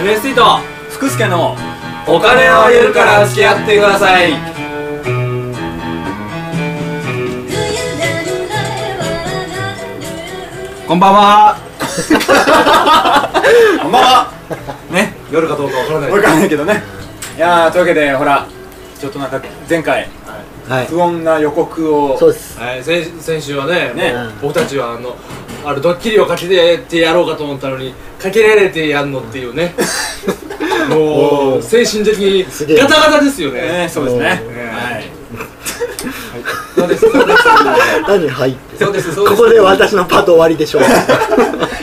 MST と福助のお金をあげるから付き合ってくださいこんばんは こんばんはね夜かどうかわからないわからないけどねいやーというわけでほらちょっとなんか前回はい不穏な予告をそうですはい、先先週はねねもう僕たちはあのあのドッキリをかけてやろうかと思ったのにかけられてやんのっていうねもう精神的にすげえガタガタですよねねそうですねねはいそうですそうです何入ってそうですそうこですこで私のパート終わりでしょう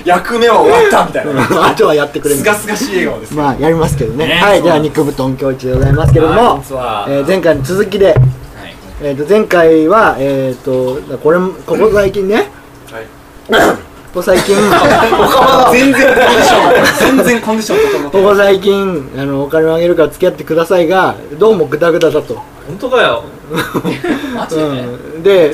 役目は終わったみたいなあとはやってくれするがすがしい笑顔ですまあやりますけどねねはいそうでは肉布団教一でございますけども、はい実はえー前回の続きで、はいえー、と前回はえっ、とこれもここ最近ねはいここ最近全然コンディション全然コンディション整っここ最近あのお金をあげるから付き合ってくださいがどうもグダグダだと、本当かようん、で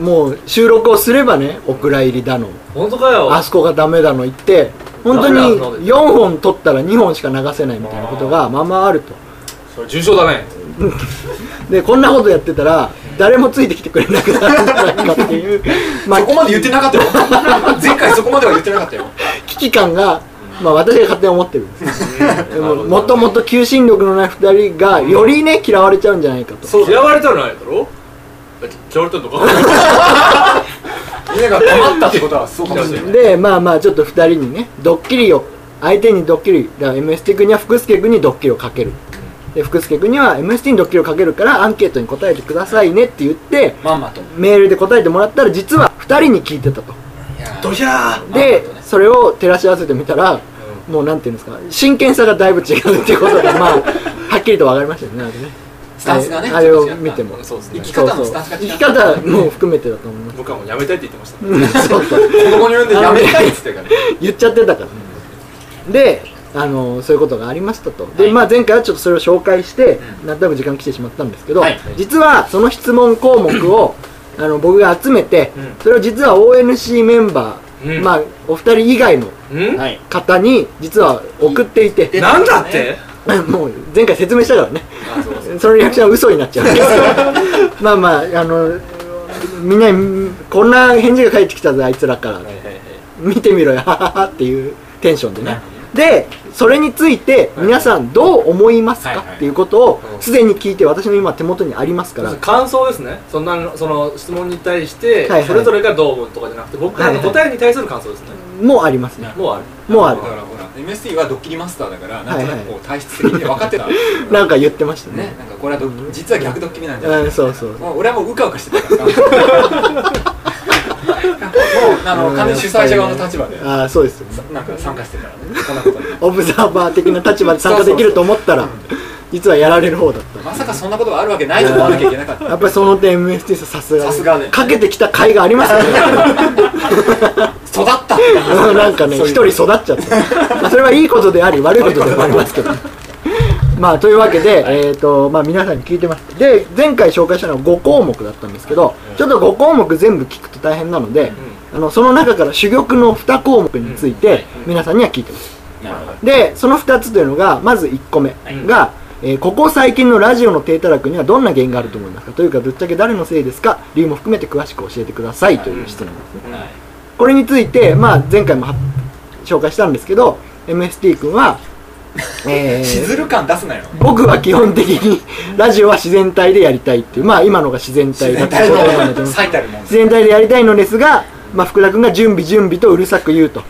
もう収録をすればねお蔵入りだの本当かあよそこがダメだの言って本当ダメだのに4本取ったら2本しか流せないみたいなことがまあまああるとそれ重症だねでこんなことやってたら誰もついてきてくれなくなるんじゃないかっていう まあそこまで言ってなかったよ前回そこまでは言ってなかったよ危機感がまあ私が勝手に思って るんですでももともと求心力のない2人がよりね嫌われちゃうんじゃないかとそう嫌われたらないだろえ嫌われたのか家が溜まったってことはそうかもしれないでまあまあちょっと2人にねドッキリを相手にドッキリだから MST 君には福助君にドッキリをかけるで福助君には MST にドッキリをかけるからアンケートに答えてくださいねって言ってまんまとメールで答えてもらったら実は2人に聞いてたとドヒャーでそれを照らし合わせてみたらもうなんていうんですか真剣さがだいぶ違うっていうこと がまあはっきりと分かりましたよねあれねスタンスがねあれあれを見てもそうです生ねき方そのうそスうタンスが違生うき方も含めてだと思います僕はもうやめたいって言ってました うんそうそう子供に産んでやめたいっつってからね言っちゃってたから、であのそういうことがありましたと、で、まあ、前回はちょっとそれを紹介して、なんとなく時間来てしまったんですけど、はい実はその質問項目 をあの僕が集めて、それを実は ONC メンバー、うんまあ、お二人以外のうんはい方に実は送っていて、なんだってもう前回説明したからねあそうそのリアクションは嘘になっちゃうん ですけどまあまああのみんなにこんな返事が返ってきたぜあいつらから、はいはいはい見てみろよはははっていうテンションでねでそれについて皆さんどう思いますか、はいはいっていうことをすでに聞いて私の今手元にありますから、感想ですねそんなのその質問に対して、はいはいそれぞれがどう思うとかじゃなくて僕からの答えに対する感想ですね、もうありますねもうあるもうあだからほら MST はドッキリマスターだからなんとなくこはう体質的に分かってたねるなんか言ってましたねなんかこれはドッ実は逆ドッキリなんじゃなういんそうそうもう俺はもううかうかしてたからさもうあの完全に主催者側の立場でああそうですよねなんか参加してたからねこんなことにオブザーバー的な立場で参加できると思ったら実はやられる方だったまさかそんなことがあるわけないと思わなきゃいけな かったやっぱりその点 MST さんさすがさすがねかけてきた甲斐がありますね 育ったって感うんなんかねそう一いう人育っちゃったまあそれはいいことであり悪いことでもあ りますけどまあというわけで、えーとまあ、皆さんに聞いてますで前回紹介したのは5項目だったんですけどちょっと5項目全部聞くと大変なので、あのその中から珠玉の2項目について皆さんには聞いてますじなるほでその2つというのがまず1個目が、えーここ最近のラジオの低たらくにはどんな原因があると思いますかというかぶっちゃけ誰のせいですか理由も含めて詳しく教えてくださいという質問ですね、はいこれについて、まあ、前回もは紹介したんですけど MST 君は、えーどしずる感出すなよ僕は基本的にラジオは自然体でやりたいっていうまあ今のが自然体だ全ったと思うんだけ体どの最たるもん自然体でやりたいのですが、まあ、福田君が準備準備とうるさく言うと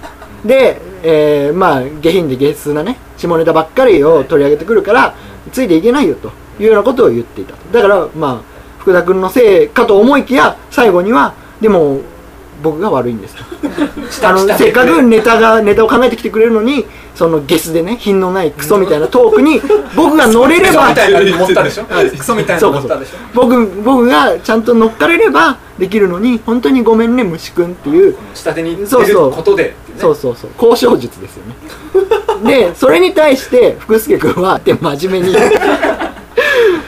で、えーまあ下品で下質なね下ネタばっかりを取り上げてくるからついていけないよというようなことを言っていただからまあ福田君のせいかと思いきや最後にはでも僕が悪いんです とあのせっかくネタがネタを考えてきてくれるのにそのゲスでね品のないクソみたいなトークに僕が乗れクれソばみたいなの持ったでしょあクソみたいなの持ったでしょそうかそうか僕僕がちゃんと乗っかれればできるのに本当にごめんね虫くんっていう下手に出ることでってねそうそうそう交渉術ですよねでそれに対して福助君はって真面目 に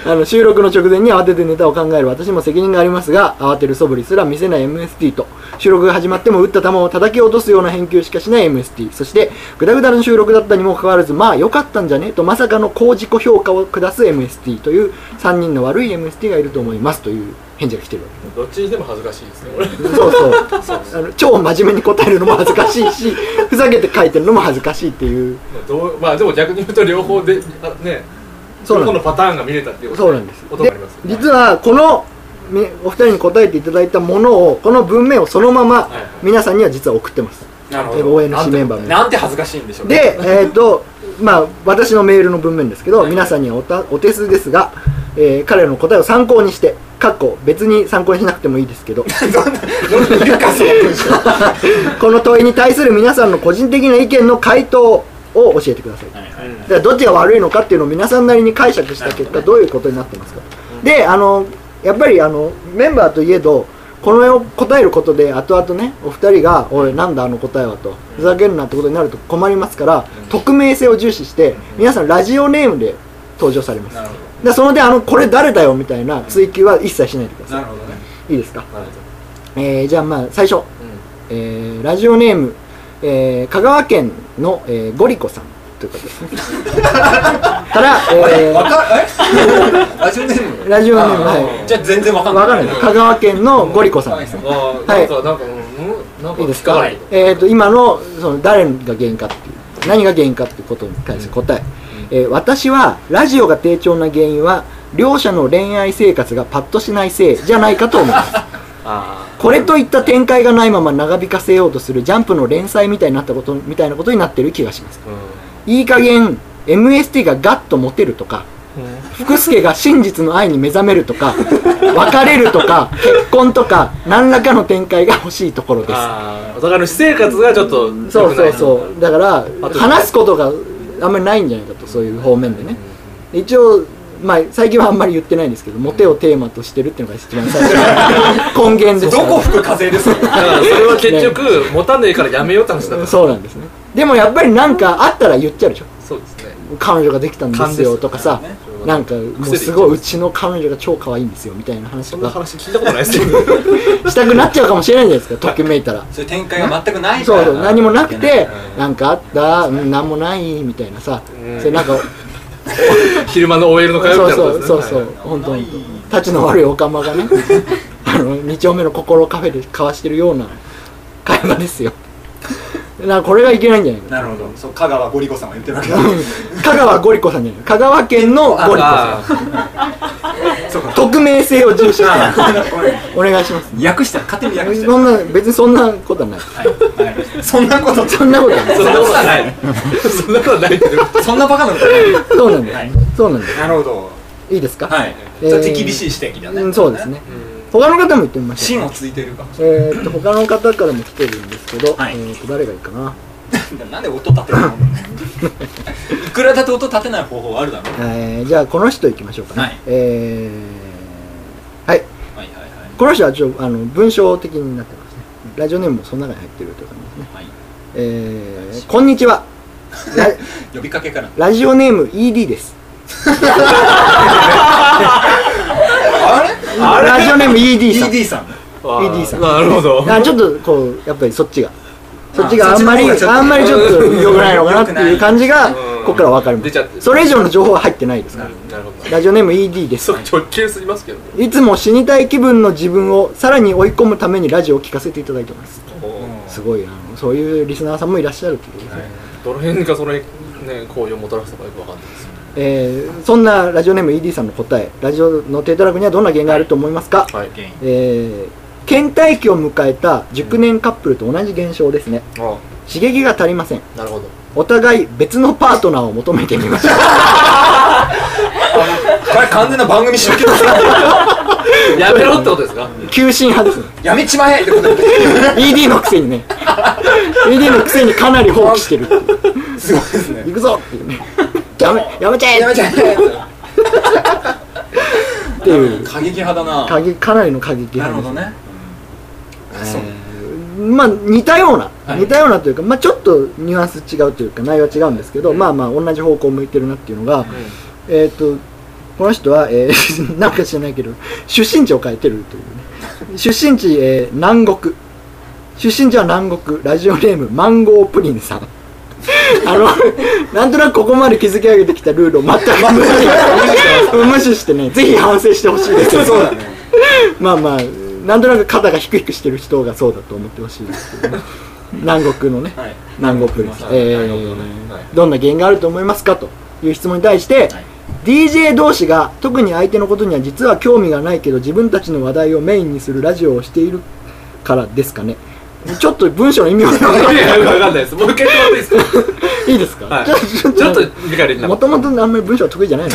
あの収録の直前に慌ててネタを考える私も責任がありますが慌てる素振りすら見せない MST と収録が始まっても打った球を叩き落とすような返球しかしない MST そしてグダグダの収録だったにもかかわらずまあ良かったんじゃねとまさかの高自己評価を下す MST という3人の悪い MST がいると思いますという返事が来てるわけどっちにでも恥ずかしいですね俺そうそうあの超真面目に答えるのも恥ずかしいしふざけて書いてるのも恥ずかしいっていう どうまあでも逆に言うと両方であねそうなん両で方のパターンが見れたっていうすことそうなんですことになりますよね実はこのみお二人に答えていただいたものをこの文面をそのままはいはい皆さんには実は送ってますなるほど ONC メンバーのなんて恥ずかしいんでしょうねでえっ、とまあ私のメールの文面ですけど皆さんにはおたお手数ですが、えー彼らの答えを参考にしてかっこ別に参考にしなくてもいいですけどこの問いに対する皆さんの個人的な意見の回答を教えてくださいはいはいだからどっちが悪いのかっていうのを皆さんなりに解釈した結果どういうことになってますか、であのやっぱりあのメンバーといえどこの世を答えることで後々ねお二人が「おいなんだあの答えは」とふざけんなってことになると困りますから匿名性を重視して皆さんラジオネームで登場されますなるほでその点あのこれ誰だよみたいな追求は一切しないでくだどさなるほどねいいいですか、なるほどえーじゃあまあ最初、えーラジオネーム、えー香川県の、えーゴリコさんということですねから、えーわかえラジオネームラジオネームあはいじゃあ全然わかんなわいかんないです香川県のゴリコさんですねああ、はいなんか、なんか、うん、なんか、いいですか、はい、えー、と今のその誰が原因かっていう何が原因かっていうことに対して答え、えー私はラジオが低調な原因は両者の恋愛生活がパッとしないせいじゃないかと思いますあこれといった展開がないまま長引かせようとするジャンプの連載みたいになったことみたいなことになってる気がしますあ、うん、いい加減 MST がガッとモテるとか福助が真実の愛に目覚める とか別れるとか結婚とか何らかの展開が欲しいところですああ、お互いの私生活がちょっと良くない、そうそうそうだからあと話すことがあんまりないんじゃないかとそういう方面でね一応まあ最近はあんまり言ってないんですけどモテをテーマとしてるっていうのが一番最初 の根源ですからどこ吹く風ですかだから、それは結局、持たねえからやめようって話だから。そうなんですねでもやっぱりなんかあったら言っちゃうでしょそうですね。彼女ができたんですよとかさ勘でなんかもうすごいうちの彼女が超可愛いんですよみたいな話そとんなか話聞いたことないです けど。したくなっちゃうかもしれないじゃない ですかときめいたらそういう展開が全くないかそらうそう何もなくてうんなんかあったうん何もないみたいなさうんそれなんか昼間の OL の会話みそうたいなこそとうですね。そうそうは本当にたちの悪いおかまが ねあの2丁目の心カフェで交わしてるような会話ですよなんかこれがいけないんじゃないか なるほどそう香川ゴリゴさんが言ってるわけだ香川ゴリコさんじゃない香川県のゴリコさああん匿名性を重視してごめんお願いします訳した勝手に訳しそんな別にそんなことはないた、はい、そんなことそんなことはないそんなことはない。そんなことはないけど。そんなバカなことないそうなんです、はいそうなんですなるほどいいですか、はいえーちょっと厳しい指摘だね、うん、そうですね他の方も言ってみましょう芯をついてるかもしえー、っと他の方からも来てるんですけど、はいえーっと誰がいいかなれ ないなんで音立てるのいくらだって音立てない方法あるだろうえーじゃあこの人行きましょうかね、はいえーはいはいはいはいこの人はちょあの文章的になってますねラジオネームもその中に入ってるという感じですねはいえー、こんにちはラ呼びかけからラジオネーム ED ですあれラジオネーム ED さん ED さんああ PD さんなるほど。あちょっとこうやっぱりそっちがそっちがああんまりそっちの方がちょっとあんまりちょっと良くないのかなっていう感じがうんここから分かりま出ちゃってすそれ以上の情報は入ってないですなかるなるほど。らラジオネーム ED でそすう、直球すぎますけどね。いつも死にたい気分の自分をさらに追い込むためにラジオを聞かせていただいてますすごいあのそういうリスナーさんもいらっしゃるってことですね、どの辺がそれ、ね、好評をもたらしたかよくわかんないですよ。えーそんなラジオネーム ED さんの答えラジオの低たらくにはどんな原因があると思いますか、はい。原因えー倦怠期を迎えた熟年カップルと同じ現象ですねあ刺激が足りませんあ、なるほど。お互い別のパートナーを求めてみましたこれ完全な番組終了だやめろってことで すか急進派ですねやめちまえってことだ ED のくせにね ED のくせにかなり放棄してるってい うすごいですね行くぞっていうねやめやめちゃえやめちゃえっていう過激派だな過激かなりの過激なる派ほですどねそうまあ似たような、はい似たようなというか、まあ、ちょっとニュアンス違うというか内容は違うんですけど、まあまあ同じ方向を向いてるなっていうのが、えっ、とこの人は、えー なんか知らないけど出身地を変えてるというね出身地、えー南国出身地は南国ラジオネームマンゴープリンさん あのなんとなくここまで築き上げてきたルールを全く無視して無視してねぜひ反省してほしいですそうだねまあまあなんとなく肩がヒクヒクしてる人がそうだと思ってほしいですけどね 南国のね、はい南国プリンス、はいえ南国のーねはいどんな原因があると思いますかという質問に対して、い DJ 同士が特に相手のことには実は興味がないけど自分たちの話題をメインにするラジオをしているからですかねちょっと文章の意味が分からないいやよくわかんないですもう一回言ってもらっていいですいいですか、か、はい、ちちょっょとちょっ理解できなともかっともとあんまり文章は得意じゃないの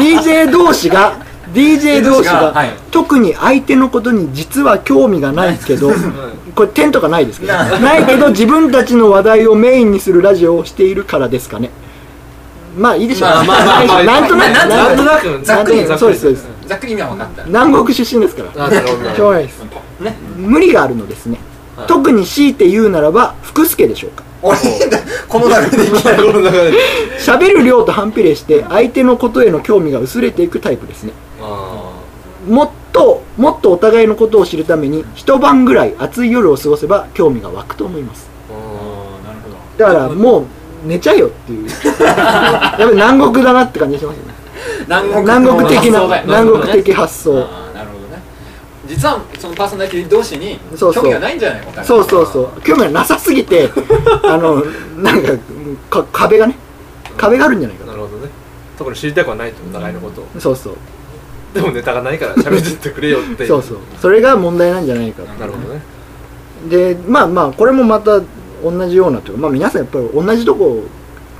DJ 同士が DJ 同士が、はい特に相手のことに実は興味がないけどこれ点とかないですけどなないけど自分たちの話題をメインにするラジオをしているからですかねまあいいでしょう、まあまあまあまあなんとなくまあなんとなんとななくざっくりなんとなくそうですそうですざっくり意味は分かった南国出身ですからたあなるほどなるしほどょうがないですね無理があるのですね、はい特に強いて言うならば福助でしょうか俺この中でいきなりこの中で喋る量と反比例して相手のことへの興味が薄れていくタイプですねあもっともっとお互いのことを知るために一晩ぐらい暑い夜を過ごせば興味が湧くと思いますーなあるほどだからもう寝ちゃえよっ ていうやっぱり南国だなって感じがしますね南国南国的発想だなよ南国的発想あーなるほどね実はそのパーソナリティ同士にそうそう興味がないんじゃないのかそうそうそう興味がなさすぎて あのなんかか壁がね壁があるんじゃないーかなるほどね特に知りたくはないとお互いのことをとそうそうでもネタがないから喋ってってくれよっていそうそうそれが問題なんじゃないかとなるほどねでまあまあこれもまた同じようなというか、まあ、皆さんやっぱり同じとこを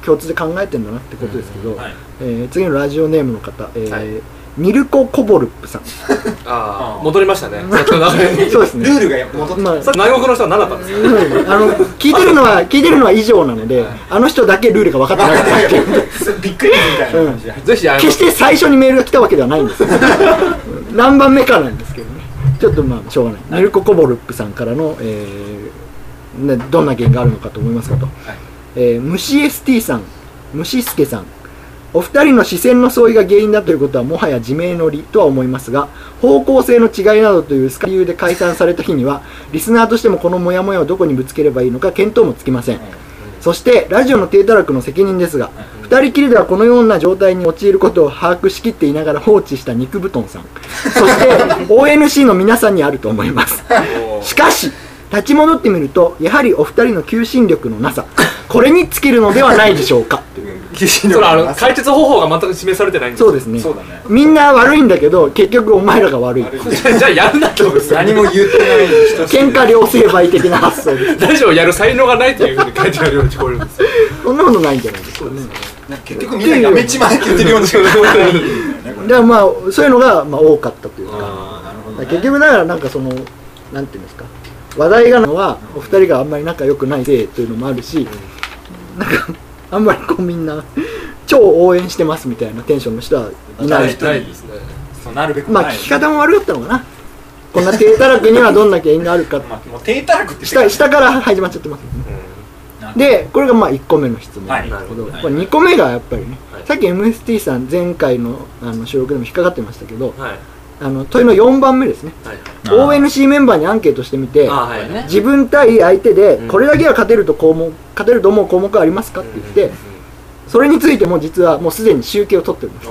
共通で考えてるんだなってことですけど、はいえー次のラジオネームの方、えーはいミルコ・コボルップ さんうああん戻りましたねさっきの流 れにそうですルねールがやっぱ戻ってまあさっき南国の人は何だったんですかうんあの聞いてるのは聞いてるのは以上なので、あの人だけルールが分かってなかったっていうびっくりみたいな感じでぜひ謝決して最初にメールが来たわけではないん ですよ何番目かなんですけどねちょっとまあしょうがない、ミルコ・コボルップさんからの、えーね、どんな原因があるのかと思いますかと、えー虫 ST さん虫助さんお二人の視線の相違が原因だということはもはや自明の理とは思いますが方向性の違いなどという理由で解散された日にはリスナーとしてもこのモヤモヤをどこにぶつければいいのか見当もつきませんそしてラジオの低たらくの責任ですが二人きりではこのような状態に陥ることを把握しきっていながら放置した肉布団さんそして ONC の皆さんにあると思いますしかし立ち戻ってみるとやはりお二人の求心力のなさこれに尽きるのではないでしょうかそそれ あの解決方法が全く示されてないんですそうですねそうだねみんな悪いんだけど結局お前らが悪いすじゃあやるなってことですよ何も言ってない人喧嘩両成敗的な発想ですラジオをやる才能がないというふうに書いてあるように聞こえるんですよそんなことないんじゃないですかね結局みんなやめちまえって言ってるようにしか思えないだからまあそういうのがまあ多かったというかあーなるほどだからね結局だからなんかそのなんていうんですか話題がのはお二人があんまり仲良くないせいというのもあるし、なんかあんまりこうみんな超応援してますみたいなテンションの人はいな誰い一人ないですねそうなるべくまあない聞き方も悪かったのかなこんな低たらくにはどんな原因があるかまあもう低たらくって下下から始まっちゃってますよねでこれがまあ1個目の質問はないんだけど、はいこれ2個目がやっぱりね、はいさっき MST さん前回のあの収録でも引っかかってましたけどはいあの問いの4番目ですねはい ONC メンバーにアンケートしてみてあはいね自分対相手でうんこれだけは勝てると項目勝てると思う項目はありますかって言ってそれについても実はもうすでに集計を取っております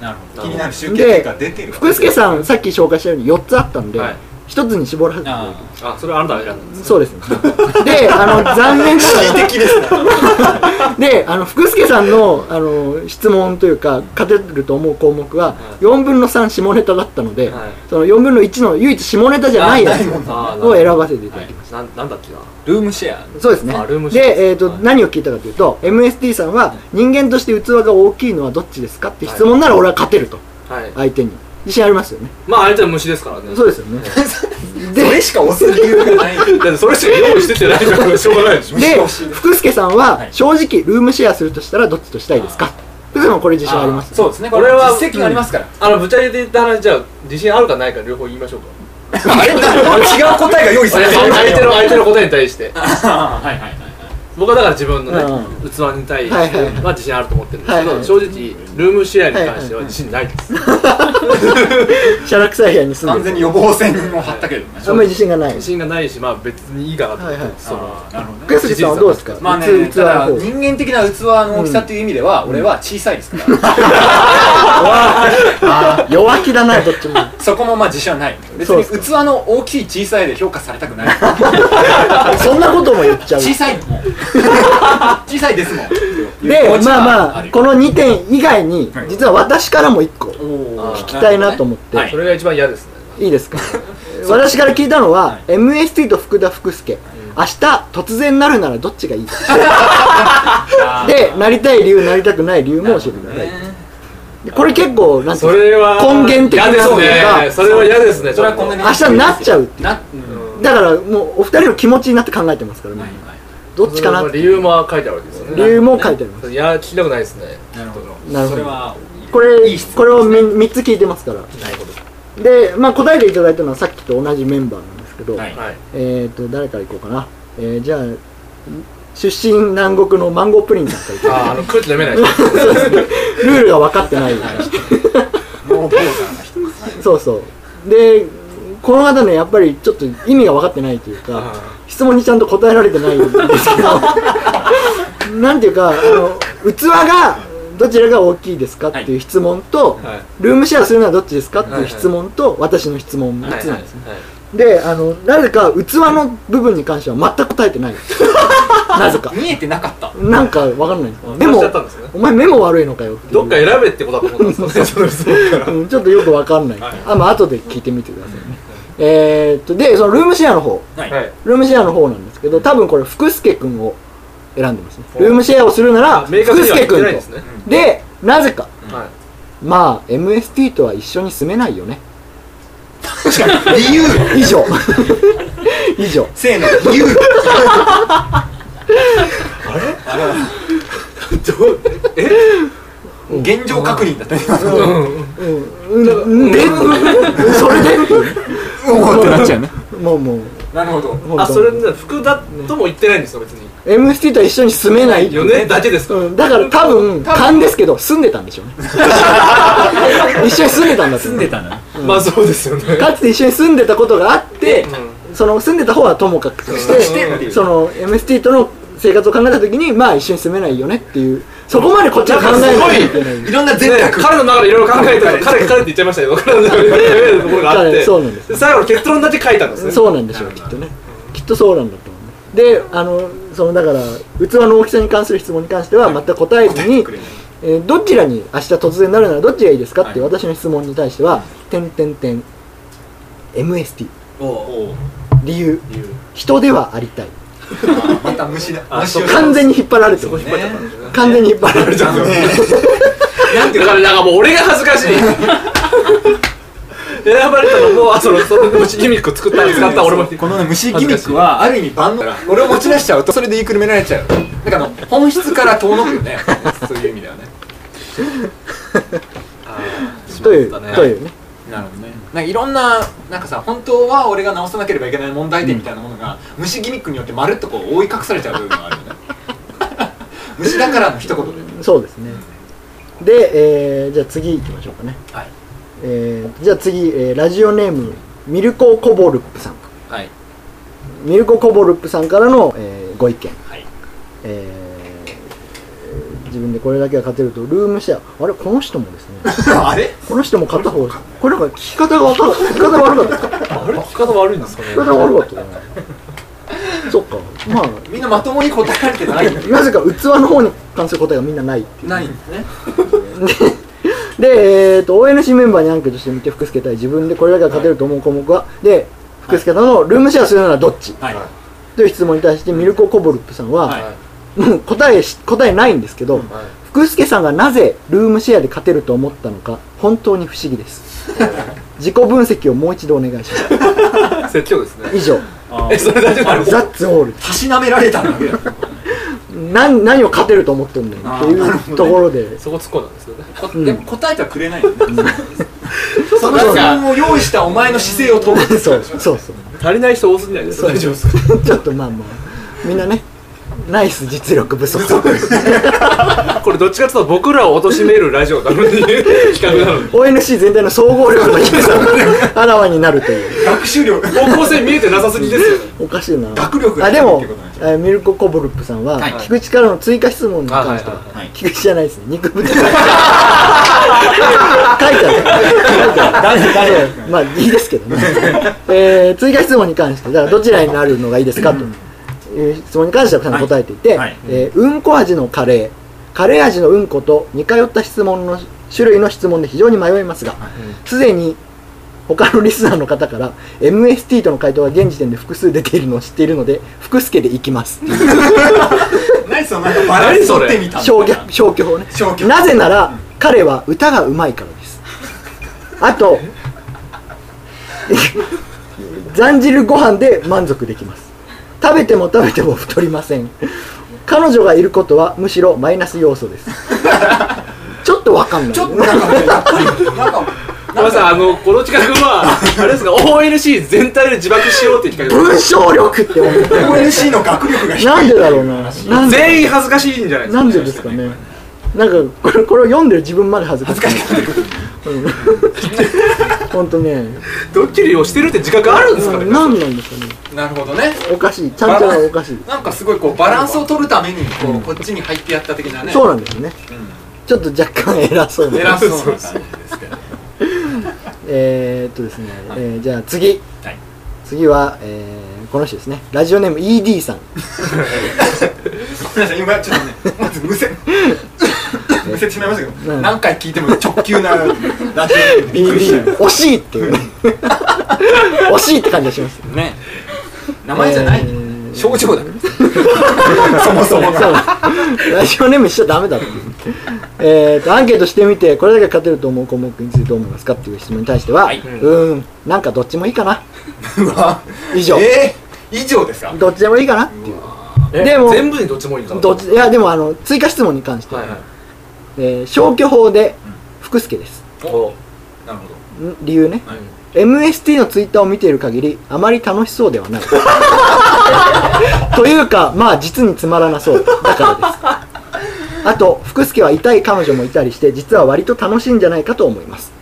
なるほどど気になる集計結果出てるわ 福助さんさっき紹介したように4つあったんで、はい1つに絞らせていただいあああそれはあなたが選んだんですてそうですねであの残念な がーら敵です ねであの福助さんのあの質問というか勝てると思う項目は4分の3下ネタだったので、はいその4分の1の唯一下ネタじゃないやつあああを選ばせていただきますななんだっけなルームシェアそうですねあルームシェアで、えーとはい何を聞いたかというと MST さんは人間として器が大きいのはどっちですかって質問なら俺は勝てるとはい相手に自信ありますよねまあ相手は虫ですからねそうですよねそれしか押す理由がないだってそれしか用意しててないからしょうがないでしょで欲しい福助さんははい正直ルームシェアするとしたらどっちとしたいですか福助さんもこれ自信ありますそうですねこれは実績がありますから あのぶっちゃけて言った話じゃあ自信あるかないか両方言いましょう か あれ違う答えが用意さ れてる相手の相手の答えに対してあーはいはいはい僕はだから自分のね、器に対しては自信あると思ってるんですけど、はいはい正直ルームシェアに関しては自信ないです、シャラクサイヤに住ん完で全るに予防線を張ったけどねあんまり自信がない自信がないしまあ別にいいかなと思って、はいはいそのあーなるほどねクスリさんはどうですかまあね器器ただの方人間的な器の大きさっていう意味では、俺は小さい ですから、 弱気だなどっちもそこもまあ自信はない別そうにですか器の大きい小さいで評価されたくないそんなことも言っちゃう小さい もん小さいですもんで気持ちまあはまあるこの2点以外にはい実は私からも1個おー聞きたいなと思っはていそれが一番嫌ですねいいです か私から聞いたのは MST と福田福助明日突然なるならどっちがいい でなりたい理由なりたくない理由も教えてくださいでこれ結構なんていそうのれは根源的な嫌ですそういうねかそれは嫌ですねそれはこんなに明日なっちゃうっていうな、うんだからもうお二人の気持ちになって考えてますからねはいはいどっちかなって理由も書いてあるわけですよね理由も書いてありますいや聞きたくないですねなるほどなるほそどれはこいれい質これを問ですね3つ聞いてますからなるほどで、まあ、答えていただいたのはさっきと同じメンバーなんですけど、はいはいえっ、ー、と誰からいこうかな、えー、じゃあ出身南国のマンゴープリンさんからいこあーあの空気読めない人うそうですねルールが分かってないもうポーザーな人そうそうでこの方ねやっぱりちょっと意味が分かってないというかあ質問にちゃんと答えられてないんですけどなんていうかあの器がどちらが大きいですかっていう質問と、ーはいルームシェアするのはどっちですかっていう質問と、私の質問3つなんですね、であのなぜか器の部分に関しては全く答えてないなぜか見えてなかったなんかわかんないあでどうしもちゃったんですねお前目も悪いのかよっていうどっか選べってことだと思ったんですよねその人からうんちょっとよくわかんない、あまあ後で聞いてみてくださいね、えーっとでそのルームシェアの方はい、はいルームシェアの方なんですけど多分これ福助君を選んでますねルームシェアをするならあ明福確には言助って君ないでとすねでなぜかはいまあ MST とは一緒に住めないよね理由以 上以上せーの 理由 あれ現状確認だ ったねうんでそれでおおってなっちゃうねもうもうなるほど本当あそれね福田とも言ってないんですよ別に MST とは一緒に住めない4年だけですかうん、だから多分勘ですけど住んでたんでしょ うね一緒に住んでたんだと思うたなまあそうですよねかつて一緒に住んでたことがあって、うその住んでた方はともかくとしてしてっていうその MST との生活を考えた時にまあ一緒に住めないよねっていうそこまでこっちは考えないといけないいろんなね贅沢彼の中でいろいろ考えて彼彼って言っちゃいましたけど彼の中でいろいろ考えてるところがあっ彼てそうなんです最後の結論だけ書いたんですねそうなんでしょうきっとねきっとそうなんだと思うねであのそのだから器の大きさに関する質問に関しては全く答えずに、えーどちらに明日突然なるならどっちがいいですかっていう私の質問に対しては「点点点 MST おう理由人ではありたいまた虫だあ虫をそ完全に引っ張られてるね完全に引っ張られ てるなんていうかなんかもう俺が恥ずかしい選ばれたのもあそのそのギミック作った使った俺もこのね虫ギミックはある意味万能俺を持ち出しちゃうとそれで言いくるめられちゃうだからあの本質から遠のくよねそういう意味ではねというそうだねというねなるほどねなんかいろんななんかさ本当は俺が直さなければいけない問題点みたいなものが、虫ギミックによってまるっとこう覆い隠されちゃう部分があるよね虫だからの一言でそうですねで、えーじゃあ次行きましょうかね、はいえーじゃあ次、えーラジオネームミルコ・コボルップさんはいミルコ・コボルップさんからの、えーご意見、はいえー自分でこれだけは勝てるとルームシェアあれこの人もですね あれこの人も勝った方がこれなんか聞き方が分かる聞き方が悪かったですかあれ聞き方悪いんですかね聞き方が悪かったかなそっかまあみんなまともに答えられてないよなぜか器の方に関する答えがみんなないっていうないんですねで、えー、と ONC メンバーにアンケートしてみて福助対自分でこれだけは勝てると思う項目は、で福助さんのルームシェアするならどっち、はいという質問に対してミルコ・コボルップさんは、はいもう答えし答えないんですけど、はい福助さんがなぜルームシェアで勝てると思ったのか本当に不思議です 自己分析をもう一度お願いします説教ですね以上えそれ大丈夫なのザッツオールたしなめられたんだけど何何を勝てると思ってんだよってあーないるほうどねところで、そこ突っ込んだんですよねこでも答えてはくれないよねその質問を用意したお前の姿勢を問うそうそうそう 足りない人多すぎないですか大丈夫ですかちょっとまあまあみんなねナイス実力不足 これどっちかというと僕らを貶めるラジオなのに企画なのに ONC 全体の総合力の低さが あらわになるという学習量方向性見えてなさすぎですよねおかしいな学力があ低いでっもていうことなんでしょえーミルコ・コブルップさんは、はい聞く力の追加質問に関してはあはいははいい聞くじゃないですね肉ぶって書いてある書いてあるそうまあいいですけどね、えー追加質問に関してだからどちらになるのがいいですかという質問に関してはちゃんと答えていて、はいはいえーうんこ味のカレーカレー味のうんこと似通った質問の種類の質問で非常に迷いますがすでに他のリスナーの方から MST との回答が現時点で複数出ているのを知っているので福助でいきます 何そのなんかバランス取ってみた消却消去法ね消去なぜなら、彼は歌がうまいからですあと残汁ご飯で満足できます食べても食べても太りません彼女がいることはむしろマイナス要素ですちょっとわかんないちょっとなんかやっぱりなんか山田さんあのこの企画はあれですか ONC 全体で自爆しようっていう企文章力って思って ONC の学力が低いなんでだろうなな画んで全員恥ずかしいんじゃないですかなんでですかねなんかこれこれを読んでる自分まで恥ずかしい本当ねドッキリをしてるって自覚あるんですかね何なんなんですかねなるほどねおかしいちゃんちゃらおかしいなんかすごいこうバランスを取るためにこうこっちに入ってやった的なねそうなんですよねちょっと若干偉そうな偉そうな感じですけどえー、っとですね、はいえーじゃあ次はい次は、えーこの人ですねラジオネーム ED さん、ごめんなさい今ちょっとねまずむ せむせてしまいましたけうどん何回聞いても直球なラジオでびっくりした ED 惜しいっていうね 惜しいって感じがしますね名前じゃない、えー症状だから そもそもそうがラジオネームしちゃダメだとえーとアンケートしてみてこれだけ勝てると思う項目についてどう思いますかっていう質問に対しては、はいうーんなんかどっちもいいかなうわ以上えー、以上ですかどっちでもいいかなっていうでも全部にどっちもいいかなどっちいやでもあの追加質問に関して、はいはいえー消去法で福助ですおなるほどん理由ねはい MST のツイッターを見ている限りあまり楽しそうではない というかまあ実につまらなそうだからですあと福助は痛い彼女もいたりして実は割と楽しいんじゃないかと思います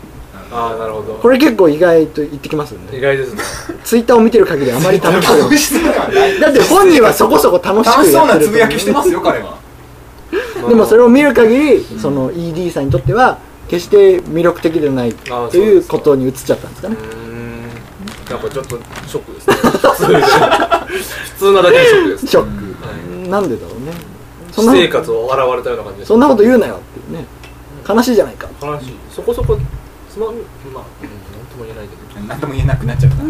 ああなるほどこれ結構意外と言ってきますよね意外ですねツイッターを見てる限りあまり楽しそうで は楽しそうではないだって本人はそこそこ楽し楽くしそうやっなてるつぶやきしてますよ彼はでもそれを見る限りその ED さんにとっては決して魅力的ではないああということに移っちゃったんですかねうーんなんかちょっとショックですね普通なだけでショックですショッはいクなんでだろうねそ私んな生活を笑われたような感じですそんなこと言うなよっていうね悲しいじゃないか悲しいそこそこつまんまあうんなんとも言えないけど何とも言えなくなっちゃった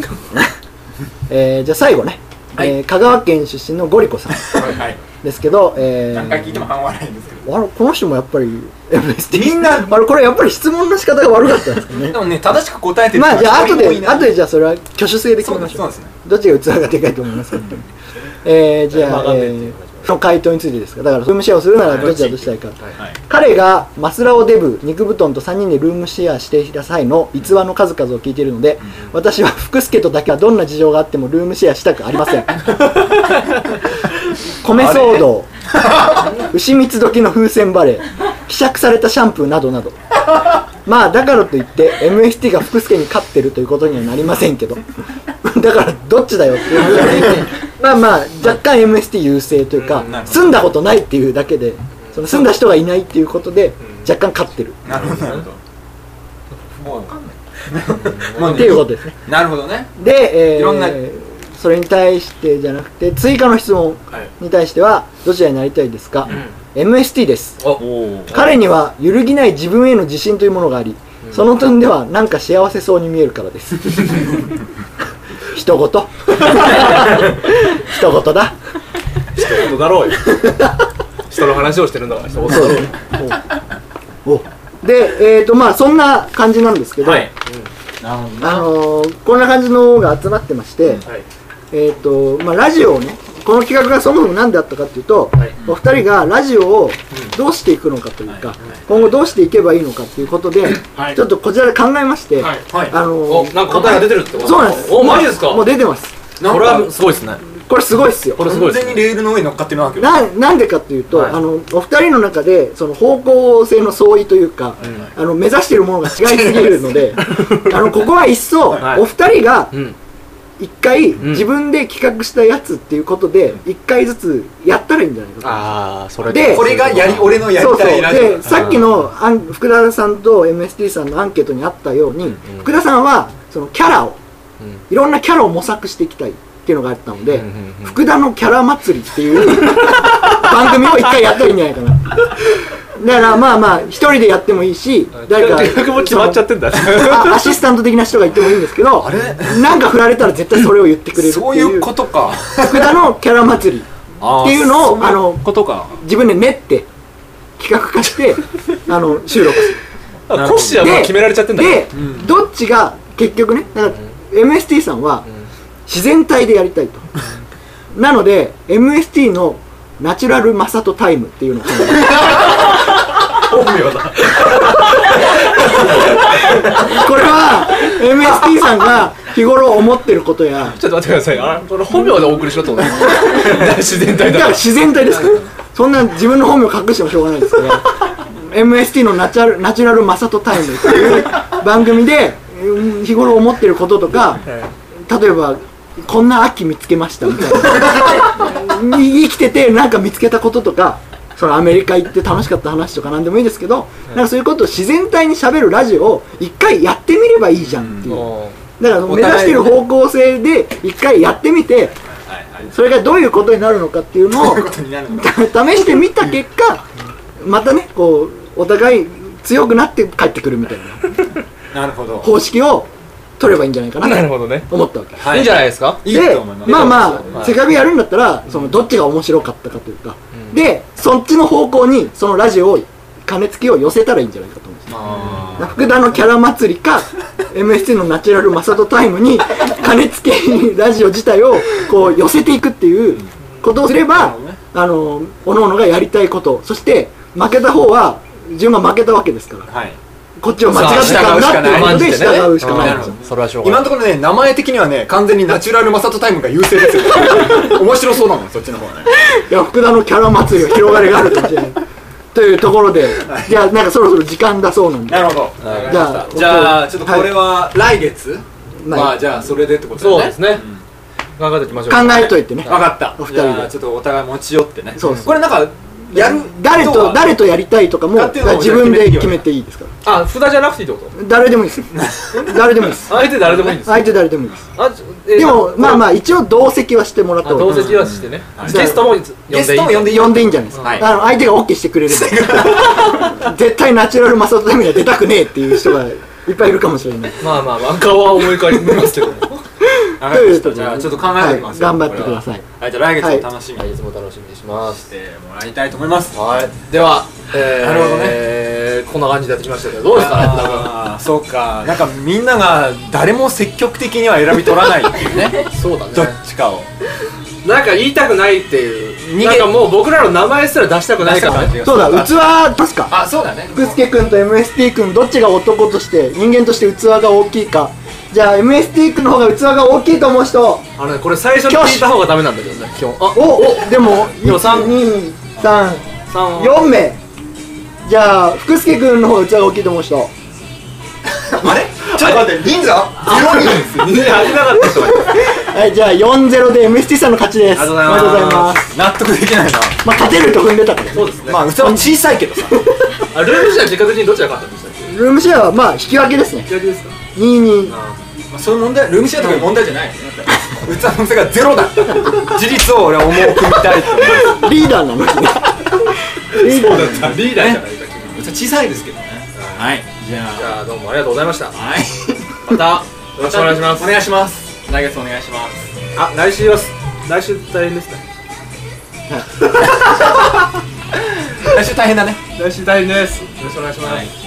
えーじゃあ最後ね、はいえー香川県出身のゴリコさんはい、はい、ですけど、えー何回聞いても半笑いですけどあれこの人もやっぱり MST みんなあれこれやっぱり質問の仕方が悪かったんですか ねでもね正しく答えてる人まあはじゃあ一人後もいでない後でじゃあそれは挙手制で決そめうまでしすょそううですねどっちが器がでかいと思いますかえー、じゃわあ、えかんないっていうー話も、その回答についてですかだからルームシェアをするならはいどっちだとしたいか、はい彼がマスラオデブ肉布団と3人でルームシェアしていた際の逸話の数々を聞いているので、私は福助とだけはどんな事情があってもルームシェアしたくありま せん米騒動牛蜜時の風船バレー希釈されたシャンプーなどなどまあだからといって MST が福助に勝ってるということにはなりませんけどだからどっちだよっていう話じゃないまあまあ若干 MST 優勢というかうんなるほど住んだことないっていうだけでその住んだ人がいないっていうことで若干勝ってるなるほどなるほどもうわかんないもうねっていうことですねなるほどねで、えーいろんなそれに対してじゃなくて追加の質問はいに対してはどちらになりたいですか、MST ですおお彼には揺るぎない自分への自信というものがあり、その点ではなんか幸せそうに見えるからです一言一言だ人だろうよ人の話をしてるんだから人そうですねおおでえっ、とまあそんな感じなんですけど、はいなるほどあのーこんな感じのが集まってまして、はいえーとまあ、ラジオをねこの企画がそもそも何であったかっていうと、はいお二人がラジオをどうしていくのかというか、はい今後どうしていけばいいのかっていうことで、はいちょっとこちらで考えまして、はいはいあのおなんか答えが出てるってことそうなんですおマジですかもう出てますなんこれかはすごいですねこれすごいっすよこれすごい完で全すにねレールの上に乗っかってるわけよななんでかっていうと、はいあのお二人の中でその方向性の相違というか、あの目指してるものが違いすぎる のであのここはいっそ、はいお二人がうん一回、ん自分で企画したやつっていうことで一回ずつやったらいいんじゃないかとああそれでこれがやり俺のやりそうそうたいラジオでさっきのあん福田さんと MST さんのアンケートにあったように、うん福田さんはそのキャラをうんいろんなキャラを模索していきたいっていうのがあったので、うんうんうん福田のキャラ祭りっていう番組を一回やったらいいんじゃないかなだからまあまあ一人でやってもいいし誰か企画も決まっちゃってんだねそのあアシスタント的な人がいてもいいんですけどあれなんか振られたら絶対それを言ってくれるっていうそういうことか福田のキャラ祭りっていうのをあのことか自分で練って企画化してあの収録するコ ッシーはもう決められちゃってんだからで、どっちが結局ねだから MST さんは自然体でやりたいと、なので MST のナチュラルマサトタイムっていうのを考えたこれは MST さんが日頃思ってることやちょっと待ってくださいあれこれ本名でお送りしろってこと思自然体だからだ自然体ですから そんな自分の本名隠してもしょうがないですね MST のナチュラル「ナチュラルマサトタイム」っていう番組でうん日頃思ってることとか例えばこんな秋見つけましたみたいな 生きててなんか見つけたこととかそのアメリカ行って楽しかった話とか何でもいいですけどなんかそういうことを自然体にしゃべるラジオを一回やってみればいいじゃんっていうだから目指してる方向性で一回やってみてはいはいそれがどういうことになるのかっていうのをそういうことになるのか試してみた結果またねこうお互い強くなって帰ってくるみたいななるほど方式を取ればいいんじゃないかななるとほどね思ったわけはいいんじゃないですかいいでと思いますまあまいいと思いあますせっかくやるんだったらそのどっちが面白かったかというか、でそっちの方向にそのラジオを金付きを寄せたらいいんじゃないかと思うんですよあ福田のキャラ祭りか MST のナチュラルマサトタイムに金付きラジオ自体をこう寄せていくっていうことをすれなるばほどねあの各々がやりたいことそして負けた方は順番負けたわけですからーはいこっちを間違ってたんだっていうことで従うしかないんですよそれはしょうが今ないのところね名前的にはね完全にナチュラルマサトタイムが優勢ですよ 面白そうだもんそっちの方がねいや福田のキャラ祭りは広がりがあるかもしれないというところでじゃあなんかそろそろ時間だそうなんでなるほどじゃあじゃあちょっとこれは来月まあまあじゃあそれでってことだよそねうですね考えていきましょう考えといてね分かったお二人じでゃあちょっとお互い持ち寄ってねそうそうこれなんかやる誰人とは誰とやりたいとかも勝手なのを自分で決めていいですからあ札じゃなくていいってこ誰でもいいです誰でもいいですと相手誰でもいいんです相手誰でもいいですあちょえーでもまあまあ一応同席はしてもらったあ方がい同い席はしてねはいゲストも呼んでいいゲストも呼んでいい呼んでいいんじゃないですか、はいあの相手が OK してくれれば絶対ナチュラルマサトタイムには出たくねえっていう人がいっぱいいるかもしれないまあまあまあ顔は思い浮かびますけどねわかりましたじゃあちょっと考えておきますよはい頑張ってくださいこれははいじゃあ来月も楽しみはいにいつも楽しみにしますしてもらいたいと思いますはいではえーなるほどねえーこんな感じでやってきましたけどどうですかねあーそうかなんかみんなが誰も積極的には選び取らないっていう ねそうだねどっちかをなんか言いたくないっていう逃げなんかもう僕らの名前すら出したくないからねそうだ器出すかあそうだね福助君と MST 君どっちが男として人間として器が大きいかじゃあ MST 君の方が器が大きいと思う人をあのねこれ最初に聞いた方がダメなんだけどね基本あでも今三1234 3名じゃあ福助君の方が器が大きいと思う人あれちょっと待って人数は0人ですね開けなかった人がいるはいじゃあ40で MST さんの勝ちですありがとうございます納得できないなまあ勝てると踏んでたからねそうですねまあ器は小さいけどさあルームシェア結果的にどっちが勝ったんでしたっけルームシェアはまあ引き分けですね逆ですか22まあ、そういう問題ルームシェアとかいう問題じゃないよね器の差がゼロだった 事実を俺は重く見たいと思いリーダーなのにねリーダーなのにリーダーじゃないかま君す器小さいですけどねはいじゃじゃあどうもありがとうございましたあはいまたよろしくお願いしますお願いします来月お願いしますあ来週は来週大変ですね来週大変だね来週大変ですよろしくお願いします、はい